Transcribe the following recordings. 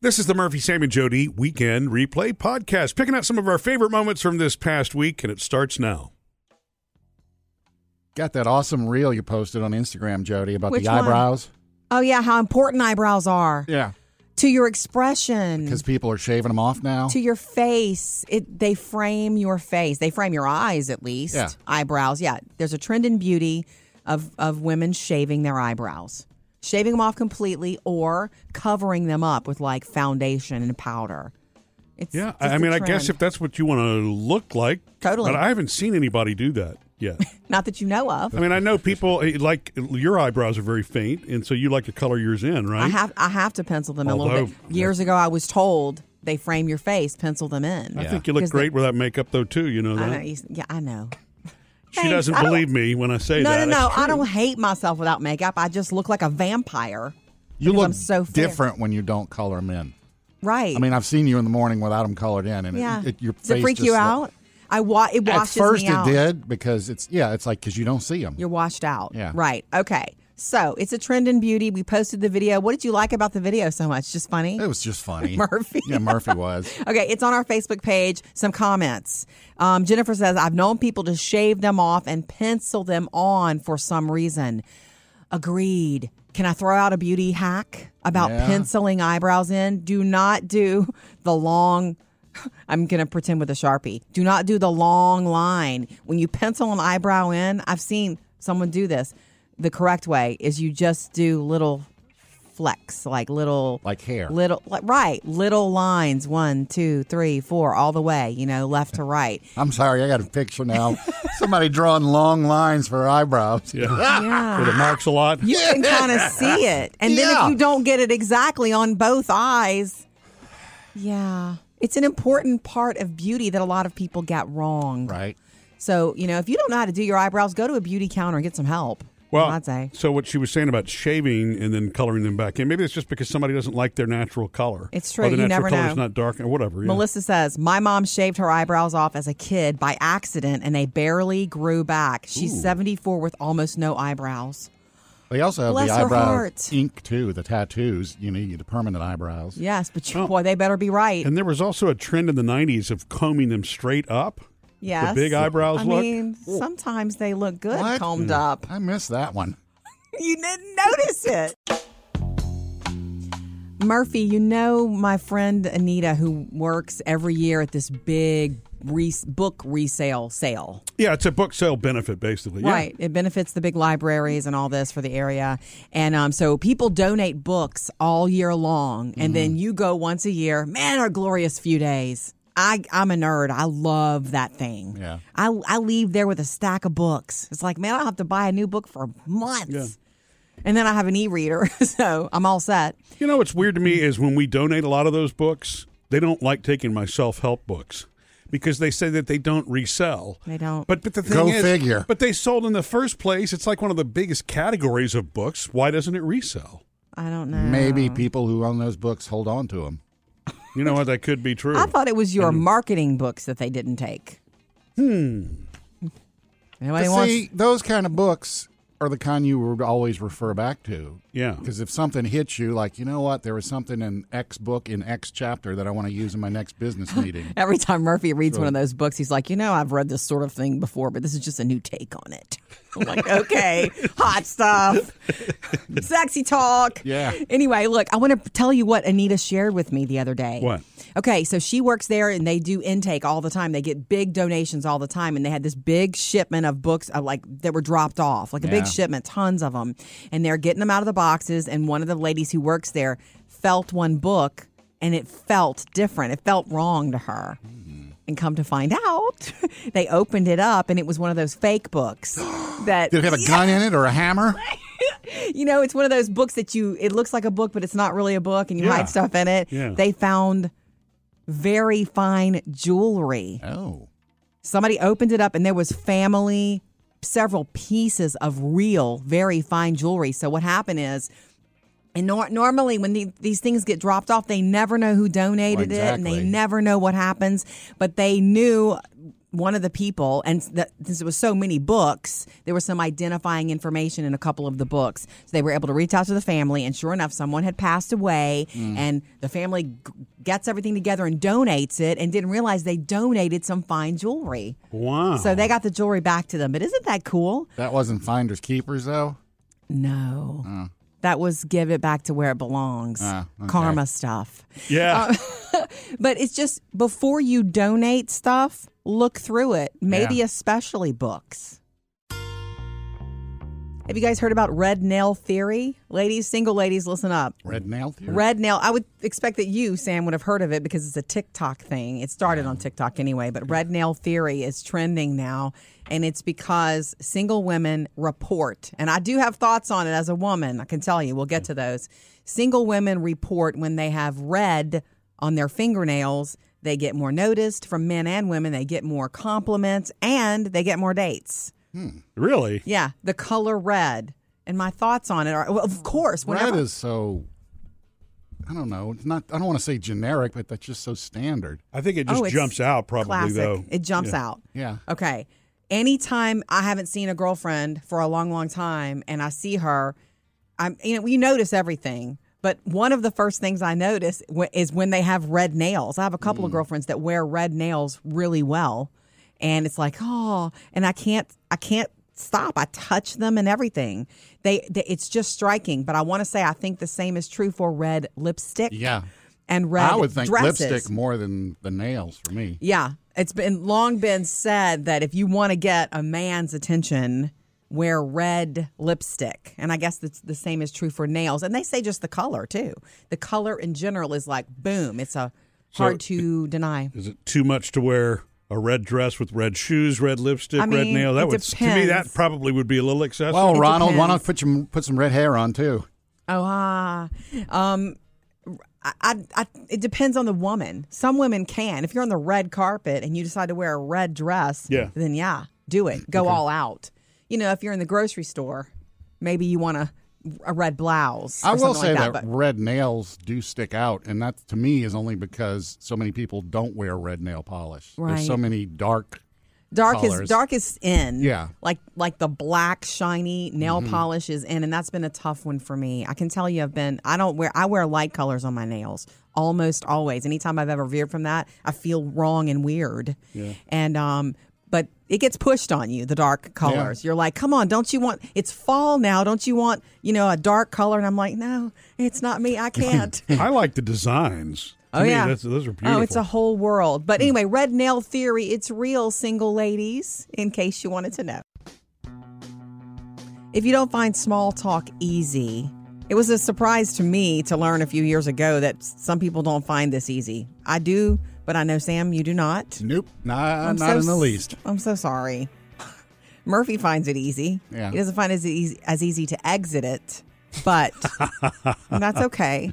This is the Murphy, Sam, and Jody Weekend Replay Podcast, picking out some of our favorite moments from this past week, and it starts now. Got that awesome reel you posted on Instagram, Jody, about Which the one? eyebrows. Oh yeah, how important eyebrows are Yeah, to your expression, because people are shaving them off now. to your face. It they frame your face. They frame your eyes at least. Yeah. Eyebrows. Yeah. There's a trend in beauty of of women shaving their eyebrows. Shaving them off completely or covering them up with like foundation and powder. It's Yeah, just I a mean, I guess trend. if that's what you want to look like, Totally. But I haven't seen anybody do that yet. not that you know of. I mean, I know people eh, like your eyebrows are very faint, and so you like to color yours in, right? I have I have to pencil them a Although- little bit. Years ago I was told they frame your face, pencil them in. I think you look 'Cause they- great without makeup, though. Too, you know I that. know, you- yeah, I know. she Thanks. doesn't I don't- believe me when I say No, that. no, no. It's I true. don't hate myself without makeup. I just look like a vampire. you because look I'm so fair. different when you don't color them in. Right. I mean, I've seen you in the morning without them colored in, and yeah. it, it, your Does it face freak just you look- out? I wa- it At washes first, me out. it did because it's yeah, it's like because you don't see them. You're washed out. Yeah. Right. Okay. So it's a trend in beauty. We posted the video. What did you like about the video so much? Just funny. It was just funny, Murphy. Yeah, Murphy was. Okay, it's on our Facebook page. Some comments. Um, Jennifer says, I've known people to shave them off and pencil them on for some reason. Agreed. Can I throw out a beauty hack about Yeah. penciling eyebrows in? Do not do the long. I'm going to pretend with a Sharpie. Do not do the long line. When you pencil an eyebrow in, I've seen someone do this. The correct way is you just do little flecks, like little Like hair. little like, right little lines one two three four all the way you know left to right I'm sorry, I got a picture now. Somebody drawing long lines for eyebrows. Yeah. yeah With the marks a lot. Ah. you can kind of see it and then Yeah. if you don't get it exactly on both eyes yeah it's an important part of beauty that a lot of people get wrong Right. so you know if you don't know how to do your eyebrows go to a beauty counter and get some help Well, i'd say so what she was saying about shaving and then coloring them back in, maybe it's just because somebody doesn't like their natural color. It's Or true. the You natural never color know. is not dark or whatever. yeah. Melissa says, My mom shaved her eyebrows off as a kid by accident and they barely grew back. She's 74 with almost no eyebrows. They also have Bless the her eyebrow heart. ink too. The tattoos, you need the permanent eyebrows. Yes, but you, Oh. boy, they better be right. And there was also a trend in the 90s of combing them straight up. yes. The big eyebrows I look. Oh. Hmm. mean, sometimes they look good What? combed up. I missed that one. You didn't notice it. Murphy, you know my friend Anita, who works every year at this big res- book resale sale. yeah, it's a book sale benefit, basically. Yeah. Right. It benefits the big libraries and all this for the area. And um, so people donate books all year long. Mm-hmm. And then you go once a year. Man, our glorious few days. I, I'm a nerd. I love that thing. Yeah. I, I leave there with a stack of books. It's like, man, I don't have to buy a new book for months. And then I have an e reader. So I'm all set. You know what's weird to me is when we donate a lot of those books, they don't like taking my self help books because they say that they don't resell. They don't. But but the thing Go is, figure. But they sold in the first place. It's like one of the biggest categories of books. Why doesn't it resell? I don't know. Maybe people who own those books hold on to them. You know what? That could be true. I thought it was your marketing books that they didn't take. Hmm. Nobody But wants. see, those kind of books are the kind you would always refer back to. Yeah. Because if something hits you, like, you know what, there was something in X book in X chapter that I want to use in my next business meeting. Every time Murphy reads one of those books, he's like, you know, I've read this sort of thing before, but this is just a new take on it. I'm like, okay, hot stuff, sexy talk. Yeah. Anyway, look, I want to tell you what Anita shared with me the other day. What? Okay, so she works there and they do intake all the time. They get big donations all the time, and they had this big shipment of books uh, like that were dropped off, like a Yeah. big shipment, tons of them, and they're getting them out of the boxes. And one of the ladies who works there felt one book, and it felt different. It felt wrong to her. Mm-hmm. And come to find out, they opened it up, and it was one of those fake books that Did it have a gun in it or a hammer? you know, it's one of those books that you it looks like a book, but it's not really a book, and you Yeah. hide stuff in it. Yeah. They found very fine jewelry. Oh. Somebody opened it up, and there was family, several pieces of real, very fine jewelry. So what happened is. And nor- normally, when the- these things get dropped off, they never know who donated Well, it, and they exactly. never know what happens. But they knew one of the people, and that, since it was so many books, there was some identifying information in a couple of the books. So they were able to reach out to the family, and sure enough, someone had passed away, and the family g- gets everything together and donates it, and didn't realize they donated some fine jewelry. Wow. So they got the jewelry back to them. But isn't that cool? That wasn't finders keepers though. No. That was give it back to where it belongs. Karma stuff. yeah. Uh, But it's just before you donate stuff, look through it, maybe Yeah. especially books. Have you guys heard about red nail theory? Ladies, single ladies, listen up. Red nail theory. Red nail. I would expect that you, Sam, would have heard of it because it's a TikTok thing. It started on TikTok anyway, but red nail theory is trending now. And it's because single women report, and I do have thoughts on it as a woman. I can tell you, we'll get to those. Single women report when they have red on their fingernails, they get more noticed from men and women, they get more compliments, and they get more dates. really? Yeah, the color red. And my thoughts on it are, well, of course, Red whenever is so. I don't know. It's not. I don't want to say generic, but that's just so standard. I think it just Oh, it's jumps out probably classic. though. It jumps out. Yeah. Okay. Anytime I haven't seen a girlfriend for a long, long time and I see her, I'm you know, you notice everything. But one of the first things I notice wh- is when they have red nails. I have a couple Mm. of girlfriends that wear red nails really well, and it's like, "Oh, and I can't I can't stop. I touch them and everything. They, they it's just striking, but I want to say I think the same is true for red lipstick. Yeah. And red I would think dresses. lipstick more than the nails for me. Yeah, it's been long been said that if you want to get a man's attention, wear red lipstick. And I guess that's the same is true for nails. And they say just the color too. The color in general is like boom. It's a hard to deny. Is it too much to wear a red dress with red shoes, red lipstick, I red mean, nail? That it would to me that depends. probably would be a little excessive. Well, Ronald, why depends. not put some put some red hair on too? Oh, ah. Um, I, I, I, it depends on the woman. Some women can. If you're on the red carpet and you decide to wear a red dress, Yeah. then yeah, do it. Go all out. You know, if you're in the grocery store, maybe you want a, a red blouse. I or will something say like that, that. but- red nails do stick out, and that to me is only because so many people don't wear red nail polish. There's so Right. many dark. dark colors. is dark is in. Yeah. Mm-hmm. Like like the black shiny nail polish is in, and that's been a tough one for me. I can tell you, I've been I don't wear I wear light colors on my nails almost always. Anytime I've ever veered from that, I feel wrong and weird. Yeah. And um. But it gets pushed on you, the dark colors. You're like, come on, don't you want, it's fall now. Don't you want, you know, a dark color? And I'm like, no, it's not me. I can't. I like the designs. To Oh me, yeah, that's, those are beautiful. Hmm. Oh, it's a whole world. But anyway, red nail theory—it's real, single ladies. In case you wanted to know, if you don't find small talk easy, it was a surprise to me to learn a few years ago that s- some people don't find this easy. I do, but I know Sam, you do not. Nope, nah, I'm not so in the s- least. I'm so sorry. Murphy finds it easy. Yeah. He doesn't find it as easy, as easy to exit it, but that's okay.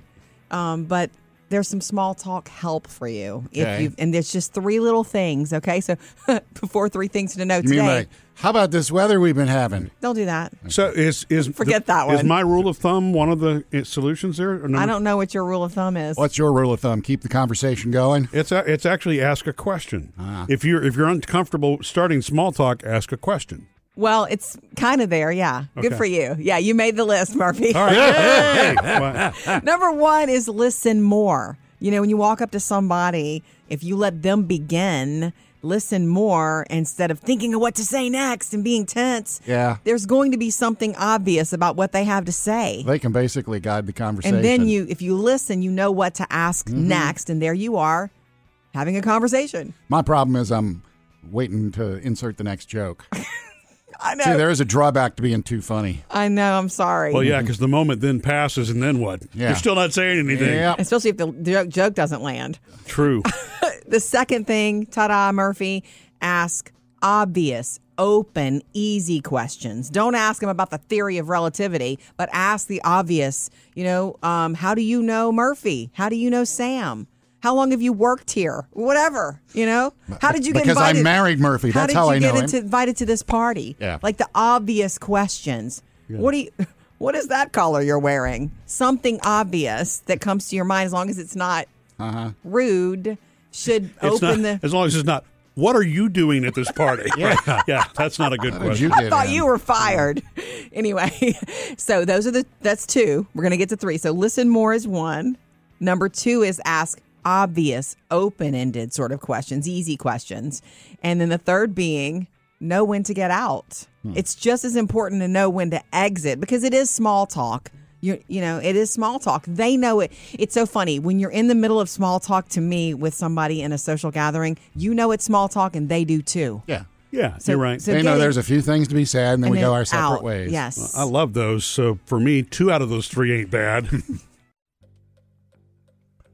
Um, but there's some small talk help for you if Okay. you and there's just three little things. Okay, so before three things to know You today, mean like, how about this weather we've been having? don't do that. so is is Forget the- that Is one. my rule of thumb one of the uh, solutions there? Or number- I don't know what your rule of thumb is. What's your rule of thumb? Keep the conversation going. It's a, it's actually ask a question. If you're if you're uncomfortable starting small talk, ask a question. Well, it's kind of there. Yeah, good Okay. for you. Yeah, you made the list, Murphy. All right. Hey, hey, well, Number one is listen more. You know, when you walk up to somebody, if you let them begin, listen more instead of thinking of what to say next and being tense. Yeah. There's going to be something obvious about what they have to say. They can basically guide the conversation. Mm-hmm. And then you if you listen, you know what to ask next and there you are having a conversation. My problem is I'm waiting to insert the next joke. I know. See, there is a drawback to being too funny. I know, I'm sorry. well, yeah, because the moment then passes, and then what? Yeah. You're still not saying anything. Yep. Especially if the jo- joke doesn't land. True. The second thing, ta da, Murphy, ask obvious, open, easy questions. Don't ask them about the theory of relativity, but ask the obvious. You know, um, how do you know Murphy? How do you know Sam? How long have you worked here? Whatever, you know? How did you get Because I invited? married Murphy. How That's did how you I get know him. into, invited to this party? Yeah. Like the obvious questions. What do you what is that color you're wearing? Something obvious that comes to your mind as long as it's not rude should It's open not, the as long as it's not. What are you doing at this party? yeah. yeah, that's not a good How'd question. you I get thought in? you were fired. anyway, so those are the that's two. We're gonna get to three. So listen more is one. Number two is ask obvious, open ended sort of questions, easy questions. And then the third being know when to get out. Hmm. It's just as important to know when to exit because it is small talk. You, you know, it is small talk. They know it. It's so funny. When you're in the middle of small talk to me with somebody in a social gathering, you know it's small talk and they do too. Yeah. Yeah, So- you're right. so they know getting- there's a few things to be said, and then and we go then our separate out. ways. Yes. I love those. So for me, two out of those three ain't bad.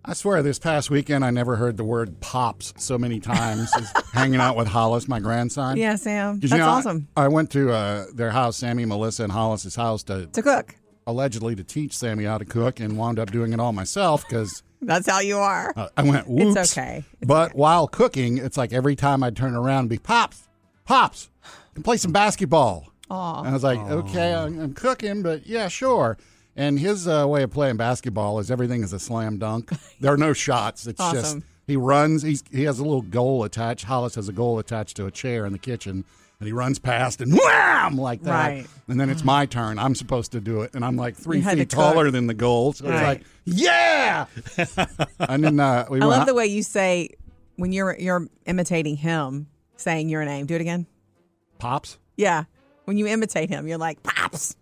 I swear, this past weekend, I never heard the word pops so many times as hanging out with Hollis, my grandson. Yeah, Sam. 'Cause, you That's know, I- awesome. I, went to uh, their house, Sammy, Melissa, and Hollis's house, to to cook. allegedly to teach Sammy how to cook, and wound up doing it all myself because That's how you are. uh, I went, whoops. okay. It's but while cooking, it's like every time I'd turn around and be, Pops, Pops, can play some basketball. And I was like, okay, I'm, I'm cooking, but yeah, sure. And his uh, way of playing basketball is everything is a slam dunk. There are no shots. It's Awesome. just he runs. He's, he has a little goal attached. Hollis has a goal attached to a chair in the kitchen, and he runs past and wham like that. Right. And then it's my turn. I'm supposed to do it, and I'm like three You had to feet cook. taller than the goal. So it's Right. like, yeah. and then uh, we I went love the way you say when you're you're imitating him saying your name. Do it again. pops. Yeah. When you imitate him, you're like pops.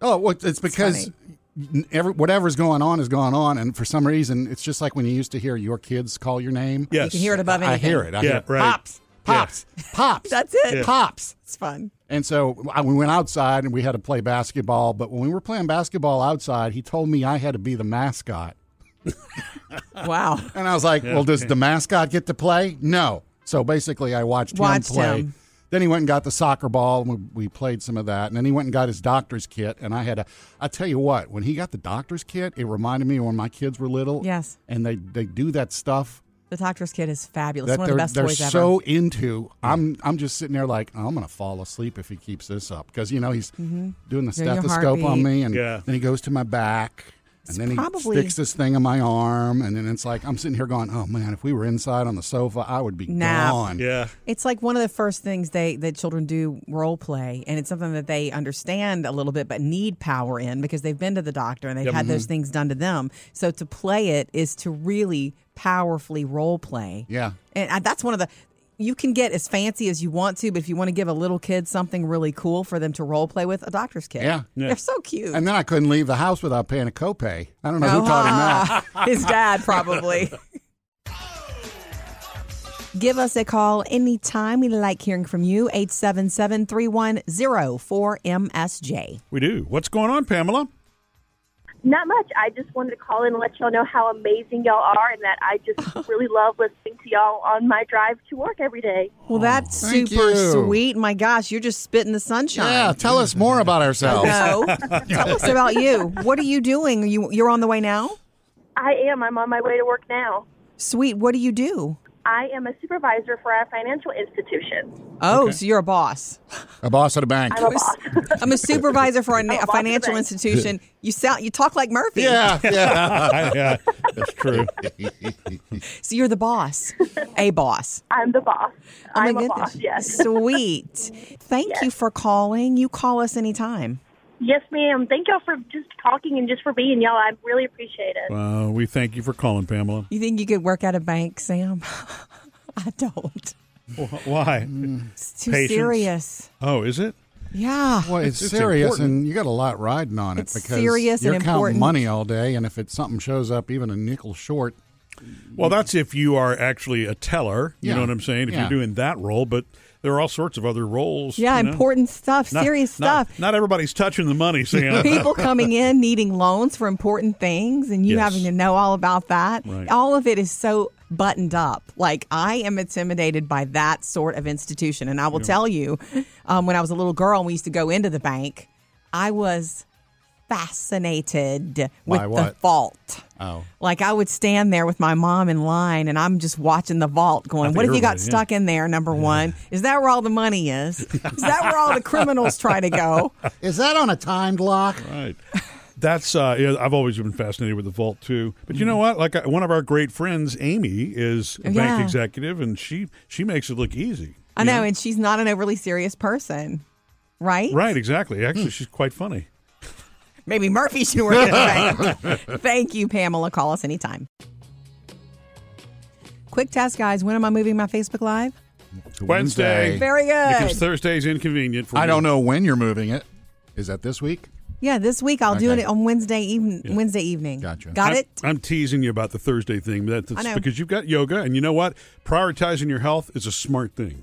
Oh, well, it's because n- every, whatever's going on is going on, and for some reason, it's just like when you used to hear your kids call your name. yes. You can hear it above I anything. hear it. I Yeah, hear it. right. pops, pops, pops. That's it. Yeah. Pops. It's fun. And so I- we went outside and we had to play basketball. But when we were playing basketball outside, he told me I had to be the mascot, Wow. and I was like, "Well, does the mascot get to play?" No. So basically, I watched, Watched him play. him. Then he went and got the soccer ball, and we, we played some of that. And then he went and got his doctor's kit, and I had a. I tell you what, when he got the doctor's kit, it reminded me of when my kids were little. Yes. and they they do that stuff The doctor's kid is fabulous. that One they're of the best they're toys so into. I'm I'm just sitting there like I'm gonna fall asleep if he keeps this up because you know he's doing the Hear Mm-hmm. your stethoscope on heartbeat. me, and Yeah. then he goes to my back. And then he probably- sticks this thing on my arm, and then it's like I'm sitting here going, "Oh man, if we were inside on the sofa, I would be Nap. gone." yeah. ever. It's like one of the first things they that children do role play, and it's something that they understand a little bit, but need power in because they've been to the doctor and they've had Mm-hmm. those things done to them. So to play it is to really powerfully role play. Yeah, And I, that's one of the you can get as fancy as you want to, but if you want to give a little kid something really cool for them to role play with, a doctor's kid. Yeah. Yeah. They're so cute. And then I couldn't leave the house without paying a copay. I don't know Oh, who taught him that. Ah, His dad probably. Give us a call anytime. We like hearing from you. 877 310 4MSJ. We do. What's going on, Pamela? Not much. I just wanted to call in and let y'all know how amazing y'all are and that I just really love listening to y'all on my drive to work every day. Well, that's thank super you. sweet. My gosh, you're just spitting the sunshine. Yeah, tell us more about ourselves. No. Tell us about you. What are you doing? Are you, you're on the way now? I am. I'm on my way to work now. Sweet. What do you do? I am a supervisor for a financial institution. Oh, so you're a boss. A boss at a bank. I'm a boss. I'm a supervisor for a, na- a boss of the financial bank. institution. You sound you talk like Murphy. Yeah, yeah. I, yeah, that's true. So you're the boss. A boss. I'm the boss. Oh my I'm a goodness. boss, yes. Sweet. Thank you for calling. You call us anytime. Yes, ma'am. Thank y'all for just talking and just for being y'all. I really appreciate it. Uh, we thank you for calling, Pamela. You think you could work at a bank, Sam? I don't. Wh- Why? It's too Patience. serious. Oh, is it? Yeah. Well, It's- it's, it's serious, important. and you got a lot riding on it It's because serious you're and counting important. money all day, and if it's something shows up even a nickel short, Well, that's if you are actually a teller. You Yeah. know what I'm saying? If Yeah. you're doing that role, but there are all sorts of other roles. Yeah, you know? important stuff, Not- serious not- stuff. Not, everybody's touching the money, Sam. People coming in needing loans for important things and you Yes. having to know all about that. Right. All of it is so buttoned up. Like, I am intimidated by that sort of institution. And I will tell you, um, when I was a little girl and we used to go into the bank, I was fascinated with By the what? vault. oh, Like I would stand there with my mom in line, and I'm just watching the vault, going, "What if you got everybody, yeah. stuck in there?" Number one, is that where all the money is? Is that where all the criminals try to go? is that on a timed lock? right. That's uh, yeah, I've always been fascinated with the vault too. But you Mm. know what? Like uh, one of our great friends, Amy, is a Yeah. bank executive, and she she makes it look easy. I you know, and she's not an overly serious person, right? Right? Exactly. Hmm. Actually, she's quite funny. Maybe Murphy should work at a bank. Thank you, Pamela. Call us anytime. Quick test, guys. When am I moving my Facebook Live? Wednesday. Very good. Because Thursday's inconvenient for I me. don't know when you're moving it. Is that this week? Yeah, this week I'll do Okay. it on Wednesday evening. Wednesday evening. Gotcha. Got I'm, it. I'm teasing you about the Thursday thing. That, that's I know. because you've got yoga, and you know what? Prioritizing your health is a smart thing.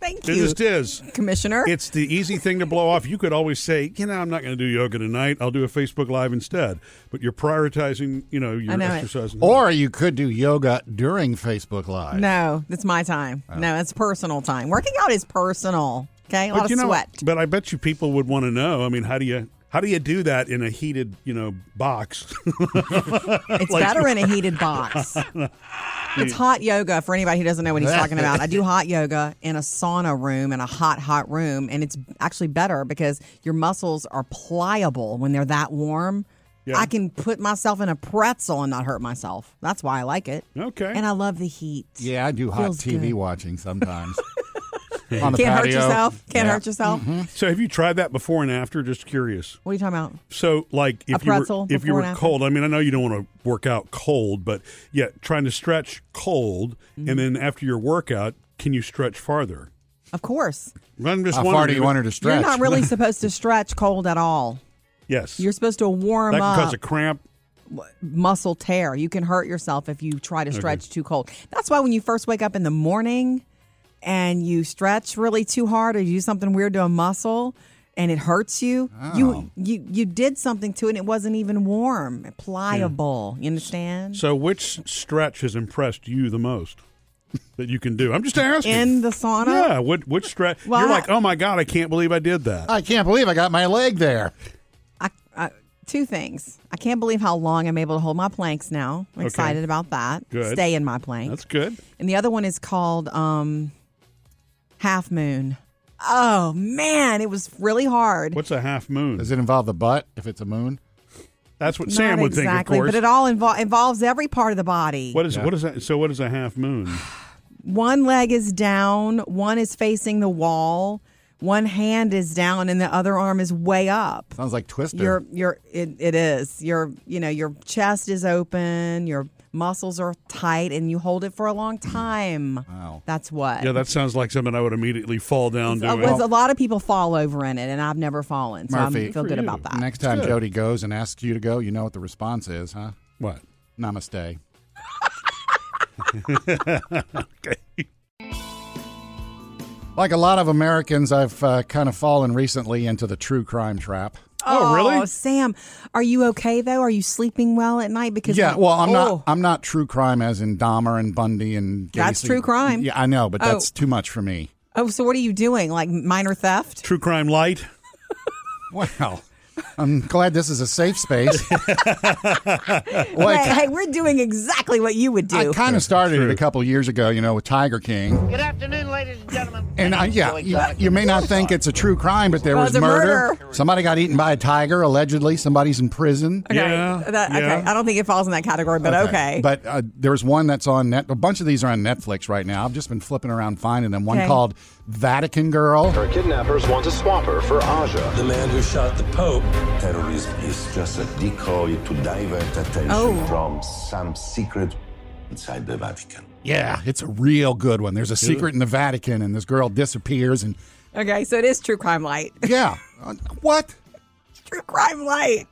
Thank It you, just is. Commissioner. It's the easy thing to blow off. You could always say, you know, I'm not going to do yoga tonight. I'll do a Facebook Live instead. But you're prioritizing, you know, your know it. exercise. Or you could do yoga during Facebook Live. no, it's my time. No, it's personal time. Working out is personal. Okay, a lot of sweat. Oh. But I bet you people would want to know. I mean, how do you how do you do that in a heated, you know, box? It's better in a heated box. it's hot yoga for anybody who doesn't know what he's talking about. I do hot yoga in a sauna room in a hot, hot room, and it's actually better because your muscles are pliable when they're that warm. Yeah. I can put myself in a pretzel and not hurt myself. That's why I like it. okay. And I love the heat. Yeah, I do hot Feels TV good. watching sometimes. On the Can't hurt patio. yourself. Can't Yeah. Mm-hmm. hurt yourself. so have you tried that before and after? Just curious. What are you talking about? So like if you were pretzel if you before were and after? cold, I mean, I know you don't want to work out cold, but yeah, trying to stretch cold, Mm-hmm. and then after your workout, can you stretch farther? Of course. I'm just How far wondering do you if- want her to stretch? You're not really supposed to stretch cold at all. Yes, You're supposed to warm that can up. cause a cramp. muscle tear. You can hurt yourself if you try to stretch too cold. That's why when you first wake up in the morning and you stretch really too hard or you do something weird to a muscle and it hurts you, Oh. you you you did something to it and it wasn't even warm, pliable. You understand? So which stretch has impressed you the most that you can do? I'm just asking. in the sauna? yeah, what which stretch? Well, You're I- like, oh my god, I can't believe I did that. I can't believe I got my leg there. I, I, two things. I can't believe how long I'm able to hold my planks now. I'm excited about that. Good. Stay in my plank. That's good. And the other one is called um, Half Moon. Oh man, it was really hard. What's a half moon? Does it involve the butt if it's a moon? That's what Sam would think, of exactly, course. but it all invol- involves every part of the body. what is what is that? So what is a half moon? One leg is down, one is facing the wall, one hand is down, and the other arm is way up. Sounds like Twister. Your your it, it is your you know your chest is open, your muscles are tight, and you hold it for a long time. Wow. That's what. Yeah, that sounds like something I would immediately fall down Uh, doing. was a lot of people fall over in it, and I've never fallen, so Murphy. I Good feel for good you. about that. Next time Jody goes and asks you to go, you know what the response is, huh? what? Namaste. Like a lot of Americans, I've uh, kind of fallen recently into the true crime trap. Oh, really? Sam, are you okay though? Are you sleeping well at night? Because Yeah, well, I'm Oh. not. I'm not true crime as in Dahmer and Bundy and. That's Gacy. true crime. Yeah, I know, but Oh. that's too much for me. Oh, so what are you doing? Like minor theft? True crime light. Wow. I'm glad this is a safe space. Hey, like, hey, we're doing exactly what you would I do. kind of started it a couple years ago, you know, with Tiger King. Good afternoon, ladies and gentlemen. And I, yeah, you, you may not think it's a true crime, but there Well, was it's a murder. murder. Somebody got eaten by a tiger, allegedly. Somebody's in prison. Okay, Yeah, that- okay. yeah. I don't think it falls in that category, but okay. But uh, there's one that's on net. A bunch of these are on Netflix right now. I've just been flipping around finding them. One Okay. called Vatican Girl. Her kidnappers want to swap her for Aja. The man who shot the Pope. Terrorist is just a decoy to divert attention Oh. from some secret inside the Vatican. Yeah, it's a real good one. There's a secret in the Vatican, and this girl disappears. And okay, so it is true crime light. yeah, Uh, what? true crime light.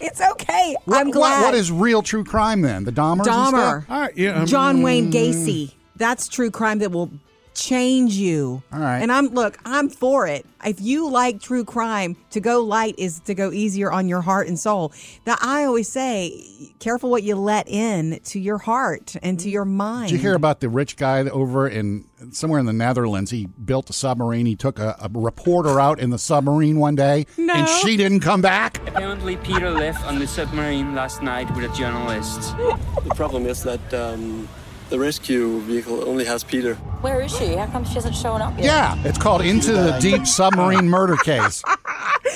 It's okay. I'm What- glad. what is real true crime then? The Dahmers? and Dahmer? stuff? All right, yeah, um, John Wayne Gacy. That's true crime that will change you. All right. And I'm look, I'm for it. If you like true crime, to go light is to go easier on your heart and soul. That I always say, careful what you let in to your heart and Mm. to your mind. Did you Mm-hmm. hear about the rich guy that over in somewhere in the Netherlands? He built a submarine. He took a, a reporter out in the submarine one day, No. and she didn't come back. Apparently, Peter left on the submarine last night with a journalist. The problem is that um, the rescue vehicle only has Peter. Where is she? How come she hasn't shown up yet? Yeah, it's called Into the Deep Submarine Murder Case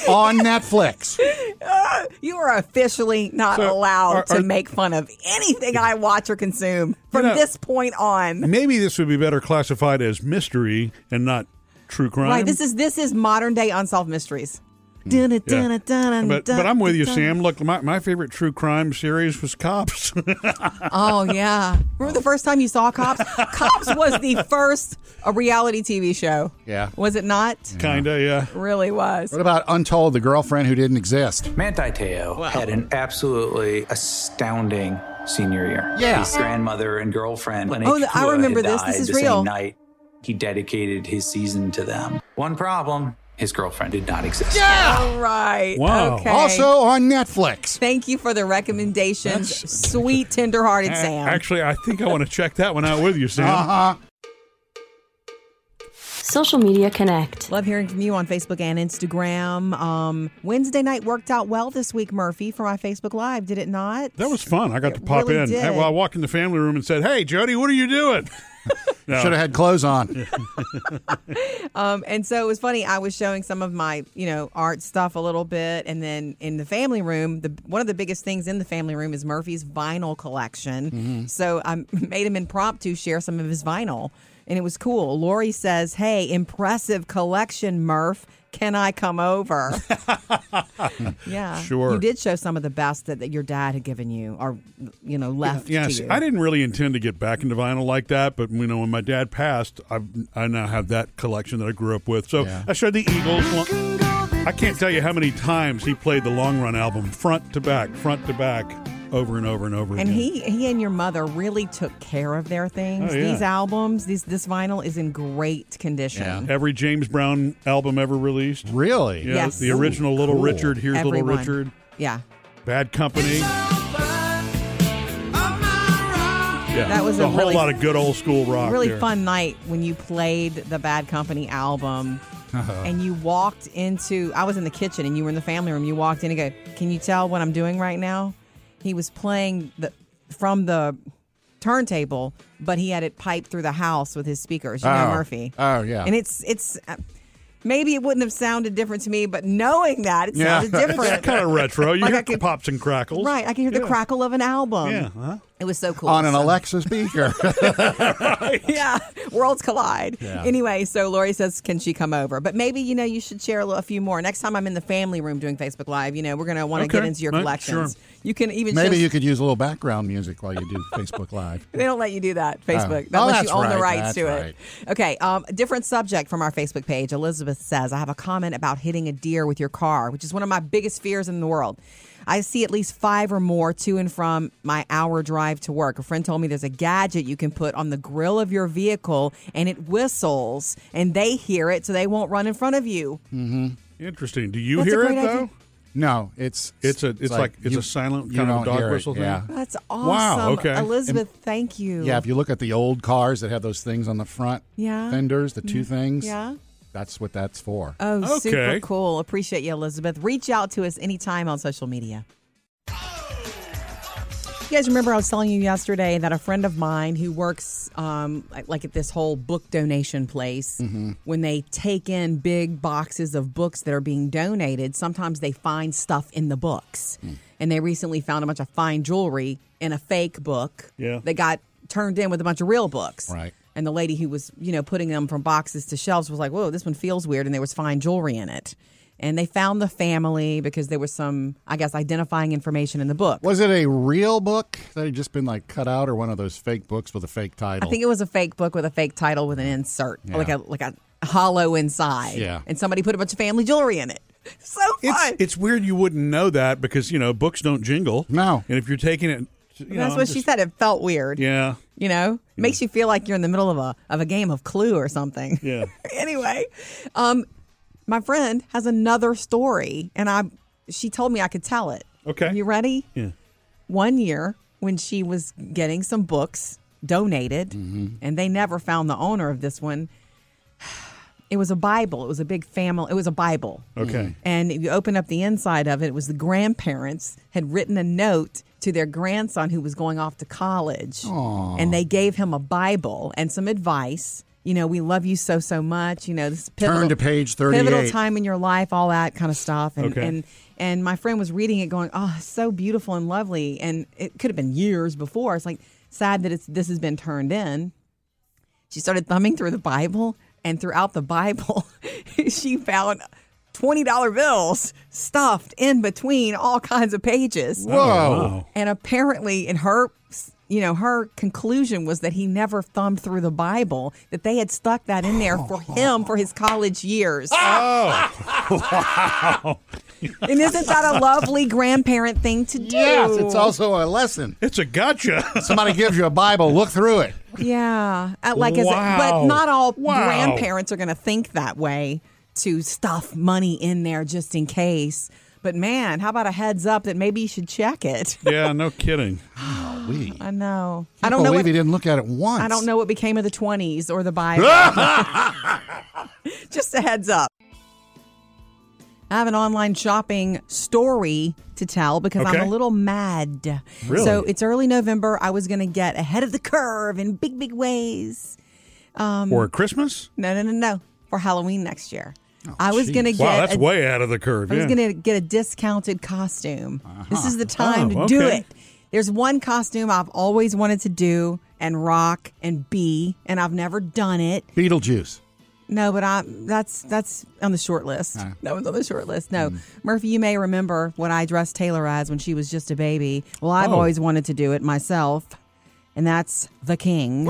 on Netflix. You are officially not So, allowed are- to are- make fun of anything I watch or consume from know- this point on. Maybe this would be better classified as mystery and not true crime. Right. This is this is modern day unsolved mysteries. Mm. Yeah. Dun-dun-dun-dun-dun-dun. But, but I'm with you, Sam. Look, my, my favorite true crime series was Cops. Oh yeah. Remember the first time you saw Cops? Cops was the first a reality TV show. Yeah. Was it not? Kinda, yeah. Really was. What about Untold, the girlfriend who didn't exist? Manti Teo had an absolutely astounding senior year. Yeah. His grandmother and girlfriend. Lene Oh, I Kua, remember had this. This died is the same real. night he dedicated his season to them. One problem his girlfriend did not exist. All right. Wow. Okay. Also on Netflix. Thank you for the recommendations, sweet, tenderhearted Sam. Actually, I think I want to check that one out with you, Sam. Uh-huh. Social media connect. Love hearing from you on Facebook and Instagram. Um, Wednesday night worked out well this week, Murphy, for my Facebook Live, did it not? That was fun. I got to It pop really in. did. Hey, well, I walked in the family room and said, "Hey, Jody, what are you doing?" No. Should have had clothes on. Um, and so it was funny. I was showing some of my, you know, art stuff a little bit, and then in the family room, the one of the biggest things in the family room is Murphy's vinyl collection. Mm-hmm. So I made him impromptu share some of his vinyl, and it was cool. Lori says, "Hey, impressive collection, Murph. Can I come over?" yeah, Sure. You did show some of the best that, that your dad had given you, or you know, left. Yeah, to see, you. I didn't really intend to get back into vinyl like that, but you know, when my dad passed, I I now have that collection that I grew up with. So I showed the Eagles. one- I can't tell you how many times he played the Long Run album front to back, front to back, over and over and over And again. he he and your mother really took care of their things. Oh, yeah. These albums, these this vinyl is in great condition. every James Brown album ever released. Really? You know, Yes. the original Little Cool. Richard. Here's Little Everyone. Richard. Yeah. Bad Company. Yeah, That was a whole really- lot of good old school rock. Really there. fun night when you played the Bad Company album Uh-huh. and you walked into I was in the kitchen and you were in the family room. You walked in and go, Can you tell what I'm doing right now? He was playing the from the turntable, but he had it piped through the house with his speakers, you know Oh. Murphy. Oh, yeah. And it's it's uh, maybe it wouldn't have sounded different to me, but knowing that it Yeah. sounded It's different. kind of retro. You Like I hear could- pops and crackles. Right, I can hear the Yeah. crackle of an album. Yeah. Um, Huh? It was so cool. On an So- Alexa speaker. yeah, worlds collide. Anyway, so Lori says, "Can she come over?" But maybe you know you should share a, little, a few more next time I'm in the family room doing Facebook Live. You know, we're gonna want to Okay. get into your Right, collections. sure. You can even Maybe just- you could use a little background music while you do Facebook Live. They don't let you do that, Facebook. Oh. They Oh, let you that's own the right. rights to That's it. Okay, um, different subject from our Facebook page. Elizabeth says, I have a comment about hitting a deer with your car, which is one of my biggest fears in the world. I see at least five or more to and from my hour drive to work. A friend told me there's a gadget you can put on the grill of your vehicle and it whistles and they hear it so they won't run in front of you. Interesting. Do you That's a hear it great idea. though? No, it's It's a- it's like- it's a silent kind of don't dog hear it, whistle thing? Yeah. That's awesome. Wow, okay. Elizabeth, thank you. Yeah, if you look at the old cars that have those things on the front Yeah. Mm-hmm. fenders, the two things, Yeah. that's what that's for. Oh, super Okay. cool. Appreciate you, Elizabeth. Reach out to us anytime on social media. You guys remember I was telling you yesterday that a friend of mine who works um, like- like at this whole book donation place, when they take in big boxes of books that are being donated, sometimes they find stuff in the books. And they recently found a bunch of fine jewelry in a fake book Yeah. that got turned in with a bunch of real books. Right. And the lady who was, you know, putting them from boxes to shelves was like, whoa, this one feels weird. And there was fine jewelry in it. And they found the family because there was some, I guess, identifying information in the book. Was it a real book that had just been like cut out, or one of those fake books with a fake title? I think it was a fake book with a fake title with an insert, like a like a hollow inside. Yeah. And somebody put a bunch of family jewelry in it. So It's fun. it's weird you wouldn't know that because you know books don't jingle. No. And if you're taking it, you know, That's I'm what she just- said. It felt weird. Yeah. You know, makes you feel like you're in the middle of a of a game of Clue or something. Yeah. anyway, um, my friend has another story, and I she told me I could tell it. Okay. you ready? Yeah. One year when she was getting some books donated, Mm-hmm. and they never found the owner of this one. It was a Bible. It was a big family. It was a Bible. Mm-hmm. Okay. And if you open up the inside of it, it was the grandparents had written a note to their grandson who was going off to college. And they gave him a Bible and some advice. You know, we love you so, so much. You know, this is pivotal, to page Pivotal 38. time in your life, all that kind of stuff. And, Okay. and And my friend was reading it, going, "Oh, it's so beautiful and lovely." And it could have been years before. It's like sad that it's this has been turned in. She started thumbing through the Bible, and throughout the Bible, she found twenty dollar bills stuffed in between all kinds of pages. Whoa. And apparently, in her, you know, her conclusion was that he never thumbed through the Bible; that they had stuck that in there for him for his college years. and isn't that a lovely grandparent thing to do? Yes, it's also a lesson. It's a gotcha. Somebody gives you a Bible, look through it. yeah, Uh, like as a, Wow. but not all Wow. grandparents are going to think that way to stuff money in there just in case. But man, how about a heads up that maybe you should check it? yeah, no kidding. We. I know. I don't know believe what he didn't look at it once. I don't know what became of the 20s or the Bible. Just a heads up. I have an online shopping story to tell because I'm Okay. a little mad. Really? So it's early November. I was going to get ahead of the curve in big, big ways. Um, or Christmas? No, no, no, no. For Halloween next year. I was going to get Oh, Wow, that's a- way out of the curve. I was yeah. going to get a discounted costume. This is the time Oh, to do okay. it. There's one costume I've always wanted to do and rock and be, and I've never done it. Beetlejuice. No, but I that's that's on the short list. That was on the short list. No, Murphy, you may remember when I dressed Taylor as when she was just a baby. Well, I've always wanted to do it myself, and that's the king.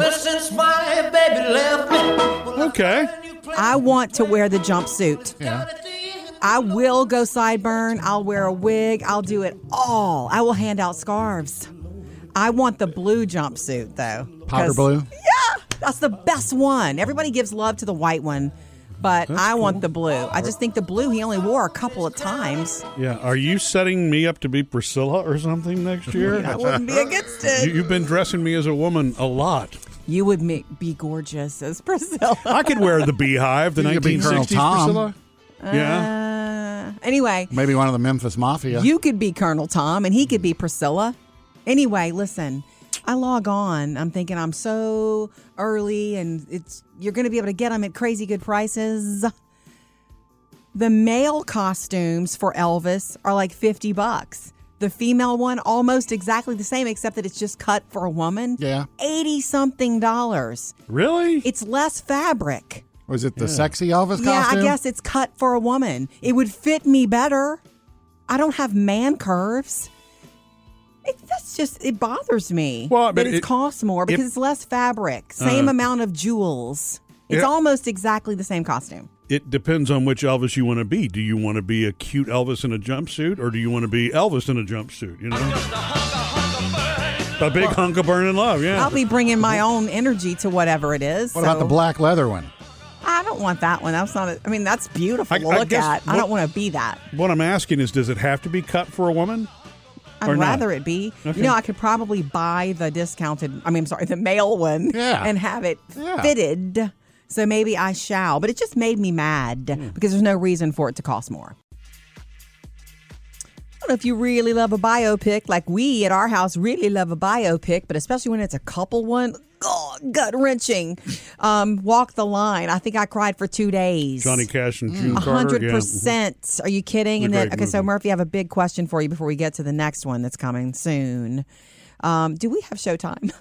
okay. I want to wear the jumpsuit. Yeah. I will go sideburn. I'll wear a wig. I'll do it all. I will hand out scarves. I want the blue jumpsuit though. Powder 'cause blue. That's the best one. Everybody gives love to the white one, but I want the blue. I just think the blue he only wore a couple of times. Yeah. Are you setting me up to be Priscilla or something next year? I wouldn't be against you, it. you've been dressing me as a woman a lot. You would make, be gorgeous as Priscilla. I could wear the beehive, the You could be 1960s Colonel Tom. Priscilla. Yeah. Uh, anyway, Maybe one of the Memphis Mafia. You could be Colonel Tom and he could be Priscilla. Anyway, listen, I log on. I'm thinking I'm so early and it's you're going to be able to get them at crazy good prices. The male costumes for Elvis are like 50 bucks. The female one almost exactly the same except that it's just cut for a woman. Yeah. 80 something dollars. Really? It's less fabric. Was it the sexy Elvis Yeah, costume? I guess it's cut for a woman. It would fit me better. I don't have man curves. It, that's just it bothers me. Well, but that it, it- costs more because if- it's less fabric, same amount of jewels. Yeah. It's almost exactly the same costume. It depends on which Elvis you want to be. Do you want to be a cute Elvis in a jumpsuit, or do you want to be Elvis in a jumpsuit? You know, a big hunk of burning love. Yeah. I'll be bringing my own energy to whatever it is. What about so- the black leather one? I don't want that one. That's not. A, I mean, that's beautiful I- to I look guess at. I what- don't want to be that. what I'm asking is, does it have to be cut for a woman? I'd Or not. rather it be. Okay. You know, I could probably buy the discounted, I mean, I'm sorry, the male one Yeah. and have it Yeah. fitted. So maybe I shall. But it just made me mad Hmm. because there's no reason for it to cost more. I don't know if you really love a biopic, like we at our house really love a biopic, but especially when it's a couple one, oh, gut wrenching. Um, Walk the line. I think I cried for two days. Johnny Cash and June A Carter. hundred yeah. percent. Are you It's kidding? a And then, great okay, so movie. Murphy, I have a big question for you before we get to the next one that's coming soon. Um, do we have showtime?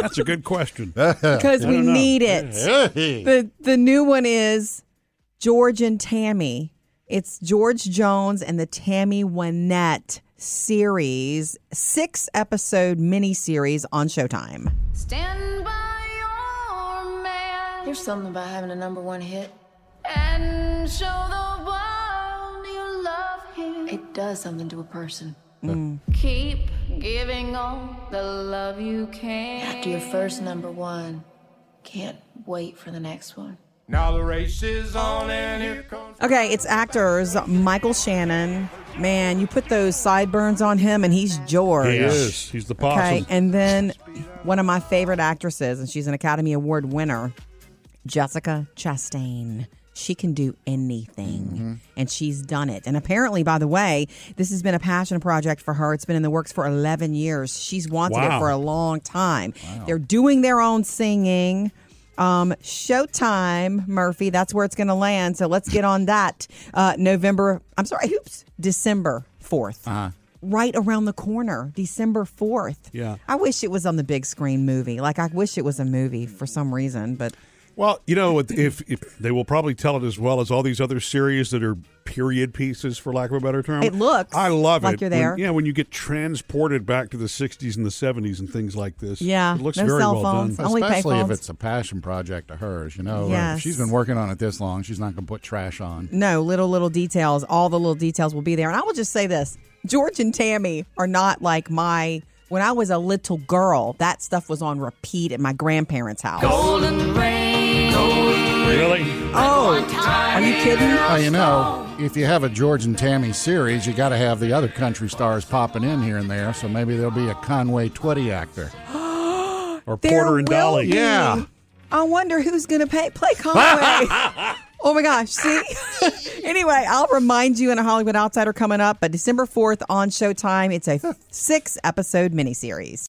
That's a good question. Because we know. need it. The the new one is George and Tammy. It's George Jones and the Tammy Wynette series, six episode miniseries on Showtime. Stand by your man. There's something about having a number one hit. And show the world you love him. It does something to a person. Keep giving all the love you can. After your first number one, can't wait for the next one. Okay, it's actors Michael Shannon. Man, you put those sideburns on him, and he's George. He is. He's the possum. Okay, and then one of my favorite actresses, and she's an Academy Award winner, Jessica Chastain. She can do anything, and she's done it. And apparently, by the way, this has been a passion project for her. It's been in the works for 11 years. She's wanted Wow. it for a long time. They're doing their own singing. Um, Showtime, Murphy. That's where it's going to land. So let's get on that. Uh, November, I'm sorry, oops, December 4th. Uh-huh. Right around the corner, December 4th. Yeah. I wish it was on the big screen movie. Like, I wish it was a movie for some reason, but Well, you know, if, if they will probably tell it as well as all these other series that are period pieces, for lack of a better term. It looks I love like it. you're When- there. yeah, when you get transported back to the '60s and the '70s and things like this. Yeah, it looks no very cell well phones. done. Only pay Especially if phones. it's a passion project of hers, you know. Yes. If she's been working on it this long, she's not going to put trash on. No, little, little details. All the little details will be there. And I will just say this George and Tammy are not like my. When I was a little girl, that stuff was on repeat at my grandparents' house. Golden rain. Really? Oh, are you kidding? Well, you know, if you have a George and Tammy series, you got to have the other country stars popping in here and there. So maybe there'll be a Conway Twitty actor. Or There Porter and will Dolly? be. Yeah. I wonder who's going to pay, play Conway. oh my gosh. See? anyway, I'll remind you in a Hollywood Outsider coming up, but December 4th on Showtime, it's a six episode miniseries.